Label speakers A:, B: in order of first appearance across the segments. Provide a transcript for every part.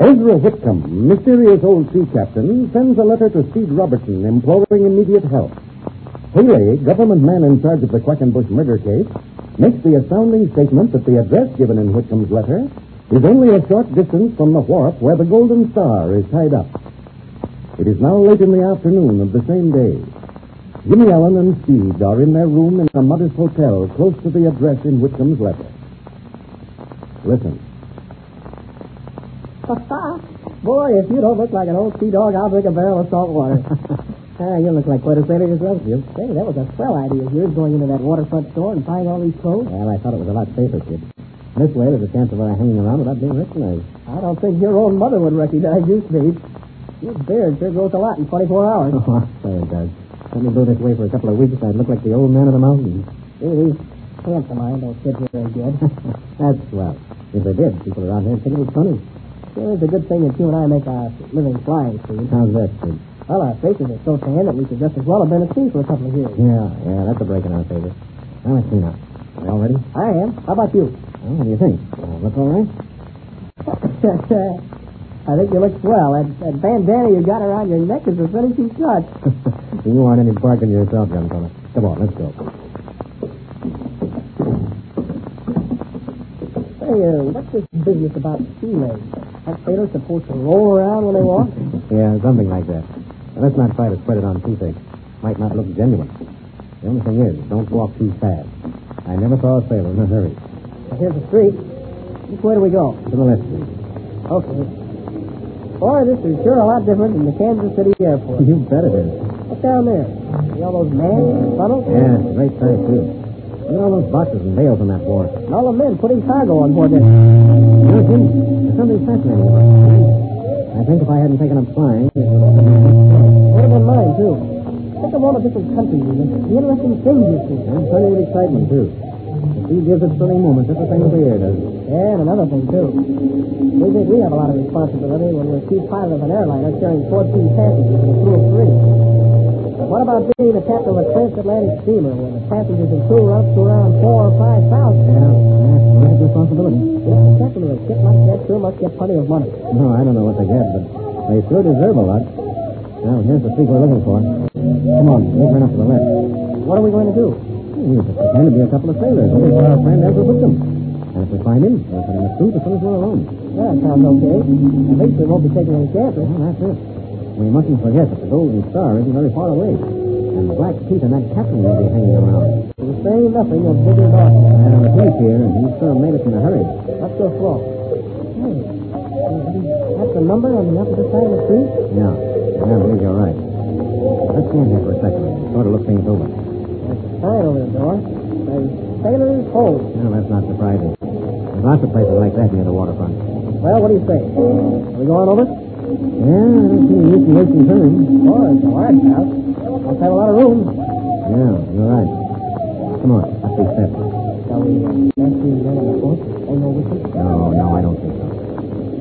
A: Ezra Whitcomb, mysterious old sea captain, sends a letter to Steve Robertson imploring immediate help. Haley, government man in charge of the Quackenbush murder case, makes the astounding statement that the address given in Whitcomb's letter is only a short distance from the wharf where the Golden Star is tied up. It is now late in the afternoon of the same day. Jimmy Allen and Steve are in their room in a modest hotel close to the address in Whitcomb's letter. Listen.
B: Boy, if you don't look like an old sea dog, I'll drink a barrel of salt water. ah, you look like quite a sailor yourself, Jim. Hey, that was a swell idea of yours going into that waterfront store and buying all these clothes.
C: Well, I thought it was a lot safer, kid. This way, there's a chance of our hanging around without being recognized.
B: I don't think your own mother would recognize you, Steve. Your beard sure grows a lot in 24 hours.
C: Oh, sorry, Doug. Let me go this way for a couple of weeks, and I'd look like the old man of the mountains.
B: Gee, these pants of mine don't fit very good.
C: That's swell. If they did, people around here would think it was funny.
B: Sure, it's a good thing that you and I make our living flying, Steve.
C: How's that, kid?
B: Well, our faces are so tan that we could just as well have been at sea for a couple of years.
C: Yeah, yeah, that's a break in our favor. Now, let's see now. Are you all ready?
B: I am. How about you?
C: Well, what do you think? Uh, look all right?
B: I think you look swell. That, that bandana you got around your neck is a finishing touch.
C: you aren't any barking yourself, young fella. Come on, let's go.
B: Say, uh, what's this business about sea legs? Aren't sailors supposed to roll around when they walk?
C: Yeah, something like that. Now, let's not try to spread it on too thick. Might not look genuine. The only thing is, don't walk too fast. I never saw a sailor in a hurry.
B: Here's the street. Which way do we go?
C: To the left, please.
B: Okay. Boy, this is sure a lot different than the Kansas City airport.
C: You bet it is.
B: Look down there. See all those men and funnels?
C: Yeah, it's a great sight, too. Look at all those boxes and bales on that wharf.
B: And all the men putting cargo on board there.
C: You know, Jim, there's something fascinating about it. I think if I hadn't taken up flying, it
B: Would have been mine, too. Think of all the different countries and the interesting things you see.
C: I'm plenty of excitement, too. The sea gives us thrilling moments just the same as the air does.
B: Yeah, and another thing, too. We think we have a lot of responsibility when we're chief pilot of an airliner carrying 14 passengers and a crew of three. But what about being the captain of a transatlantic steamer when the passengers and crew are up to around four or five thousand?
C: Yeah, that's a great responsibility.
B: If the captain of a ship like that sure must get plenty of money.
C: No, I don't know what they get, but they sure deserve a lot. Now, here's the street we're looking for. Come on, we'll turn up to the left.
B: What are we going to do?
C: We just pretend to be a couple of sailors looking for our friend Ezra Whitcomb. And if we find him, we'll put him in a suit as soon as we're alone.
B: That sounds okay. At least we won't be taking any chances.
C: Well, that's it. We mustn't forget that the Golden Star isn't very far away. And Black Pete and that captain will be hanging around.
B: We'll say nothing of Bigger Dawson.
C: I had a police here, and he sure made us in a hurry.
B: Let's go slow. Hey, that's the number on the opposite side of the street?
C: Yeah, yeah, I believe you're right. Let's stand here for a second. Sort of look things over.
B: There's a sign over the door. Says Sailor's Hole.
C: Well, that's not surprising. There's lots of places like that near the waterfront.
B: Well, what do you say? Are we going over?
C: Yeah, I don't see any use in wasting time.
B: Oh, it's a large house. Must have a lot of room.
C: Yeah, you're right. Come on, up these steps.
B: Shall we ask you men on the boat? They know with us.
C: No, no, I don't think so.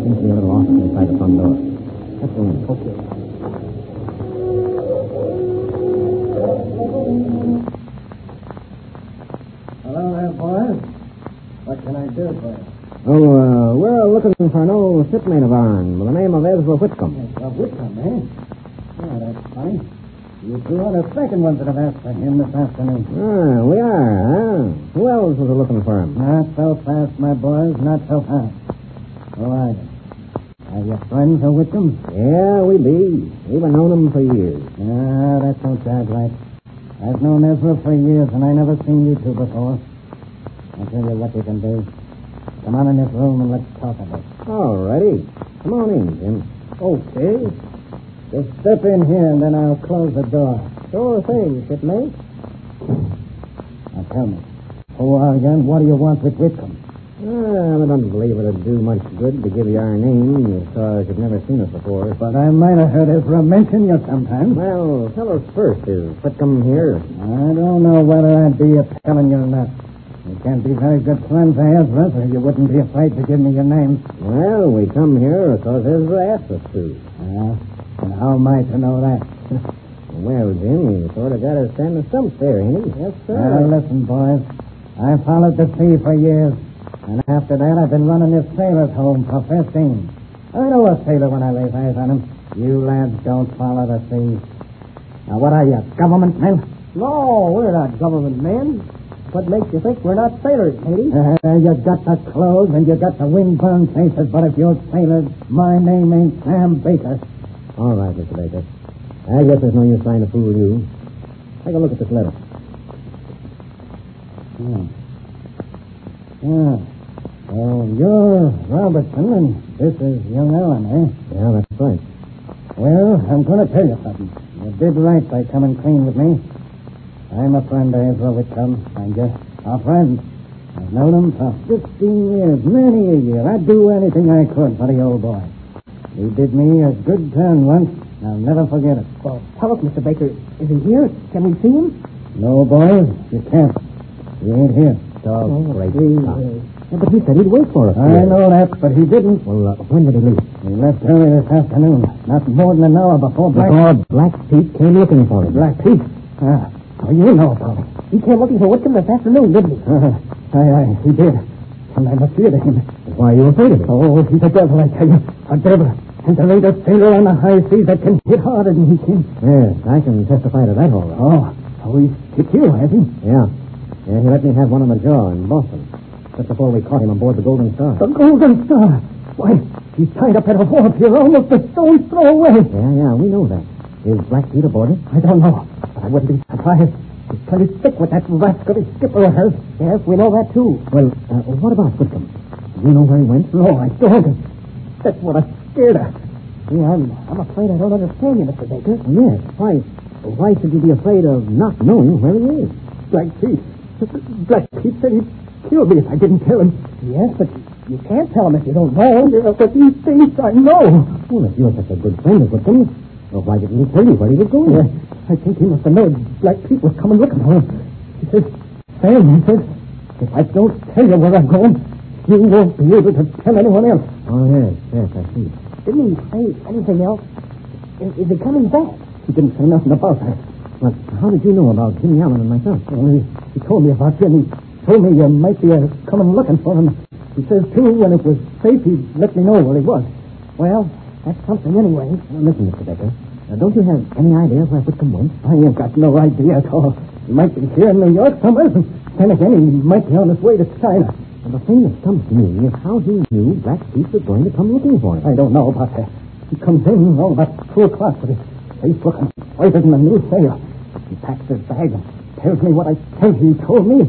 C: Seems to be a little off inside the front door. Let's go in.
B: Okay. Hello there, boys. What can I do for you?
C: Oh, uh, we're looking for an old shipmate of ours by the name of Ezra Whitcomb.
D: Yes, Bob Whitcomb, eh? Yeah, that's fine. You two are the second ones that have asked for him this afternoon.
C: Ah, we are, huh? Who else was looking for him?
D: Not so fast, my boys, not so fast. Who are you? Are you friends of Whitcomb?
C: Yeah, we be. We've been known him for years.
D: Ah, that don't sound right. I've known Ezra for years, and I never seen you two before. I'll tell you what you can do.
C: Come on in this room and let's talk about it.
D: All righty. Come on in, Jim.
C: Okay. Just step in here and then I'll close the door.
E: Sure thing, shipmate.
C: Now tell me, who are you and what do you want with Whitcomb?
D: Well, I don't believe it'd do much good to give you our name. You stars have never seen us before.
C: But I might have heard Ezra mention you sometime.
D: Well, tell us first, is Whitcomb here?
C: I don't know whether I'd be a telling you or not. You can't be very good friends of Ezra's, or you wouldn't be afraid to give me your name.
D: Well, we come here because Ezra asked us to.
C: Uh, and how am I to know that?
D: Well, Jim, you sort of got to stand the stump there, ain't you? Yes,
C: Now, listen, boys. I followed the sea for years, and after that, I've been running this sailor's home for 15. I know a sailor when I lay eyes on him. You lads don't follow the sea. Now, what are you, government men?
E: No, we're not government men. What makes you think we're not sailors, Katie?
C: Uh, you got the clothes and you got the windburn faces, but if you're sailors, my name ain't Sam Baker.
D: All right, Mr. Baker. I guess there's no use trying to fool you. Take a look at this letter.
C: Hmm. Yeah. Well, you're Robertson, and this is young Allen, eh?
D: Yeah, that's right.
C: Well, I'm going to tell you something. You did right by coming clean with me. I'm a friend of Ezra Whitcomb, and you a friend. I've known him for 15 years, many a year. I'd do anything I could for the old boy. He did me a good turn once, and I'll never forget it.
E: Well, tell us, Mr. Baker, is he here? Can we see him?
C: No, boy, you can't. He ain't here. Oh,
D: Dog, great.
E: gee,
D: cock.
E: uh,
D: Yeah, but he said he'd wait for us.
C: I know that, but he didn't.
D: Well, uh, when did he leave?
C: He left early this afternoon, not more than an hour before Black...
D: Before Black Pete came looking for him.
C: Black Pete? Ah, oh, you know about it.
E: He came looking for Whitcomb this afternoon, didn't he?
C: Uh, aye, aye, he did. And I'm afraid of him.
D: Why are you afraid of him?
C: Oh, he's a devil, I tell you. A devil. And the latest sailor on the high seas that can hit harder than he can.
D: Yes, I can testify to that, all right.
C: Oh, oh, he's hit you, has he?
D: Yeah. Yeah, he let me have one on the jaw in Boston. Just before we caught him aboard the Golden Star.
C: The Golden Star. Why, he's tied up at a wharf here, almost a stone's throw away.
D: Yeah, yeah, we know that. Is Black Pete aboard it?
C: I don't know, but I wouldn't be surprised. He's plenty thick with that rascally skipper of hers.
E: Yes, we know that, too.
D: Well, uh, what about Whitcomb? Do you know where he went?
C: No, I don't. That's what I scared of.
E: Gee, I'm, I'm afraid I don't understand you, Mr. Baker.
D: Yes. Why? Why should you be afraid of not knowing where he is?
C: Black Pete. Black Pete said he'd kill me if I didn't tell him.
E: Yes, but you can't tell him if you don't know.
C: Yeah, but he thinks I know.
D: Well, if you're such a good friend of Whitcomb, well, why didn't he tell you where he was going?
C: Yeah, I think he must have known Black Pete was coming looking for him. He said, Sam, he said, if I don't tell you where I'm going, you won't be able to tell anyone else.
D: Oh, yes, yes, I see.
E: Didn't he say anything else? Is, is he coming back?
C: He didn't say nothing about that.
D: Well, how did you know about Jimmy Allen and myself?
C: Well, he, he told me about you, and he told me you might be uh, coming looking for him. He says, too, when it was safe, he'd let me know where he was.
E: Well, that's something anyway.
D: Now, listen, Mr. Baker. Now, don't you have any idea where Whitcomb went?
C: I ain't got no idea at all. He might be here in New York somewhere, and then again, he might be on his way to China.
D: Well, the thing that comes to me is how he knew Black Pete was going to come looking for him.
C: I don't know about that. He comes in all about two o'clock with his face looking whiter than a new sailor. He packs his bag and tells me what I tell you he told me.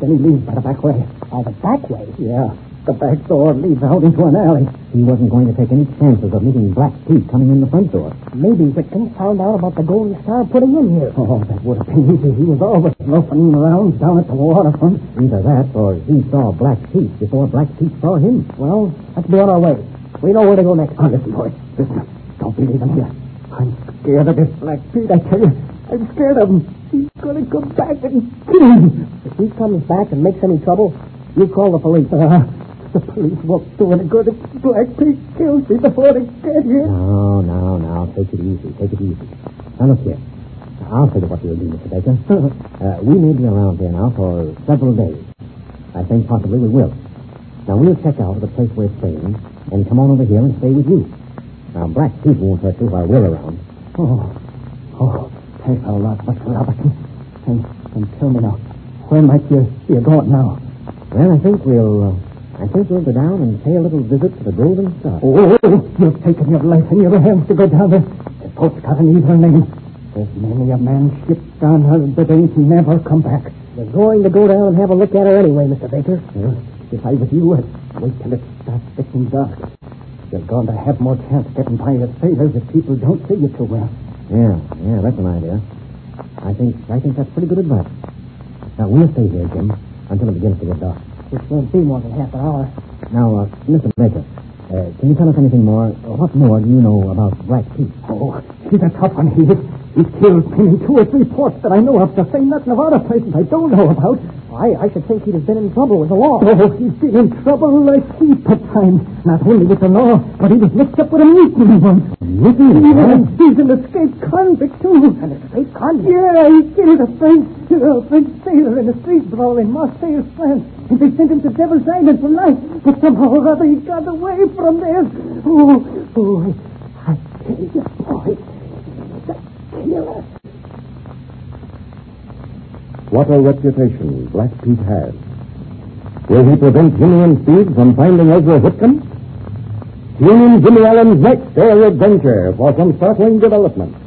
C: Then he leaves by the back way.
E: By the back way.
C: Yeah, the back door leads out into an alley.
D: He wasn't going to take any chances of meeting Black Pete coming in the front door.
E: Maybe Whitcomb found out about the Golden Star putting in here.
C: Oh, that would have been easy. He was always loafing around down at the waterfront.
D: Either that, or he saw Black Pete before Black Pete saw him.
E: Well, let's be on our way. We know where to go next.
C: Oh, listen, boy. Listen. Don't believe him here. I'm scared of this Black Pete, I tell you. I'm scared of him. He's going to come back and kill him.
E: If he comes back and makes any trouble, you call the police.
C: Uh, the police won't do any good if Black Pete kills me before they get here.
D: No, no, no. Take it easy. Take it easy. Now, look here. I'll tell you what we'll do, Mr. Baker. uh, we may be around here now for several days. I think possibly we will. Now, we'll check out the place we're staying and come on over here and stay with you. Now, Black Pete won't hurt you while we're around.
C: Oh, oh, thanks a lot, Mr. Robertson. And, and tell me now, where might you be going now?
D: Well, I think we'll, uh, I think we'll go down and pay a little visit to the Golden Star.
C: Oh, you've taken your life in your hands to go down there. The boat's got an evil name. There's many a man shipped down her that ain't never come back.
E: We're going to go down and have a look at her anyway, Mr. Baker.
D: Yeah.
C: If I was you, I'd wait till it starts getting dark. You're going to have more chance getting by as sailors if people don't see you too well. Yeah, yeah, that's an idea. I think I think that's pretty good advice. Now we'll stay here, Jim, until it begins to get dark.
B: Which won't be more than half an hour.
C: Now, uh, Mr. Baker, uh, can you tell us anything more? What more do you know about Black Pete? Oh, he's a tough one, he is. He's killed men in two or three ports that I know of, the same nothing of other places I don't know about.
B: I, I should think he'd have been in trouble with the law.
C: Oh, he's been in trouble like heap at times. Not only with the law, but he was mixed up with a mutiny once. Mutiny? He's an escaped convict, too.
B: An escaped convict.
C: Yeah, he killed a French, a French sailor in a street brawl in Marseille, France. And they sent him to Devil's Island for life. But somehow or other he got away from there. Oh, boy. I tell you, boy. The killer.
A: What a reputation Black Pete has. Will he prevent Jimmy and Steve from finding Ezra Whitcomb? Tune in Jimmy Allen's next air adventure for some startling developments.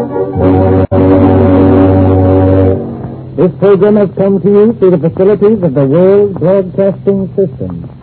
F: This program has come to you through the facilities of the World Broadcasting System.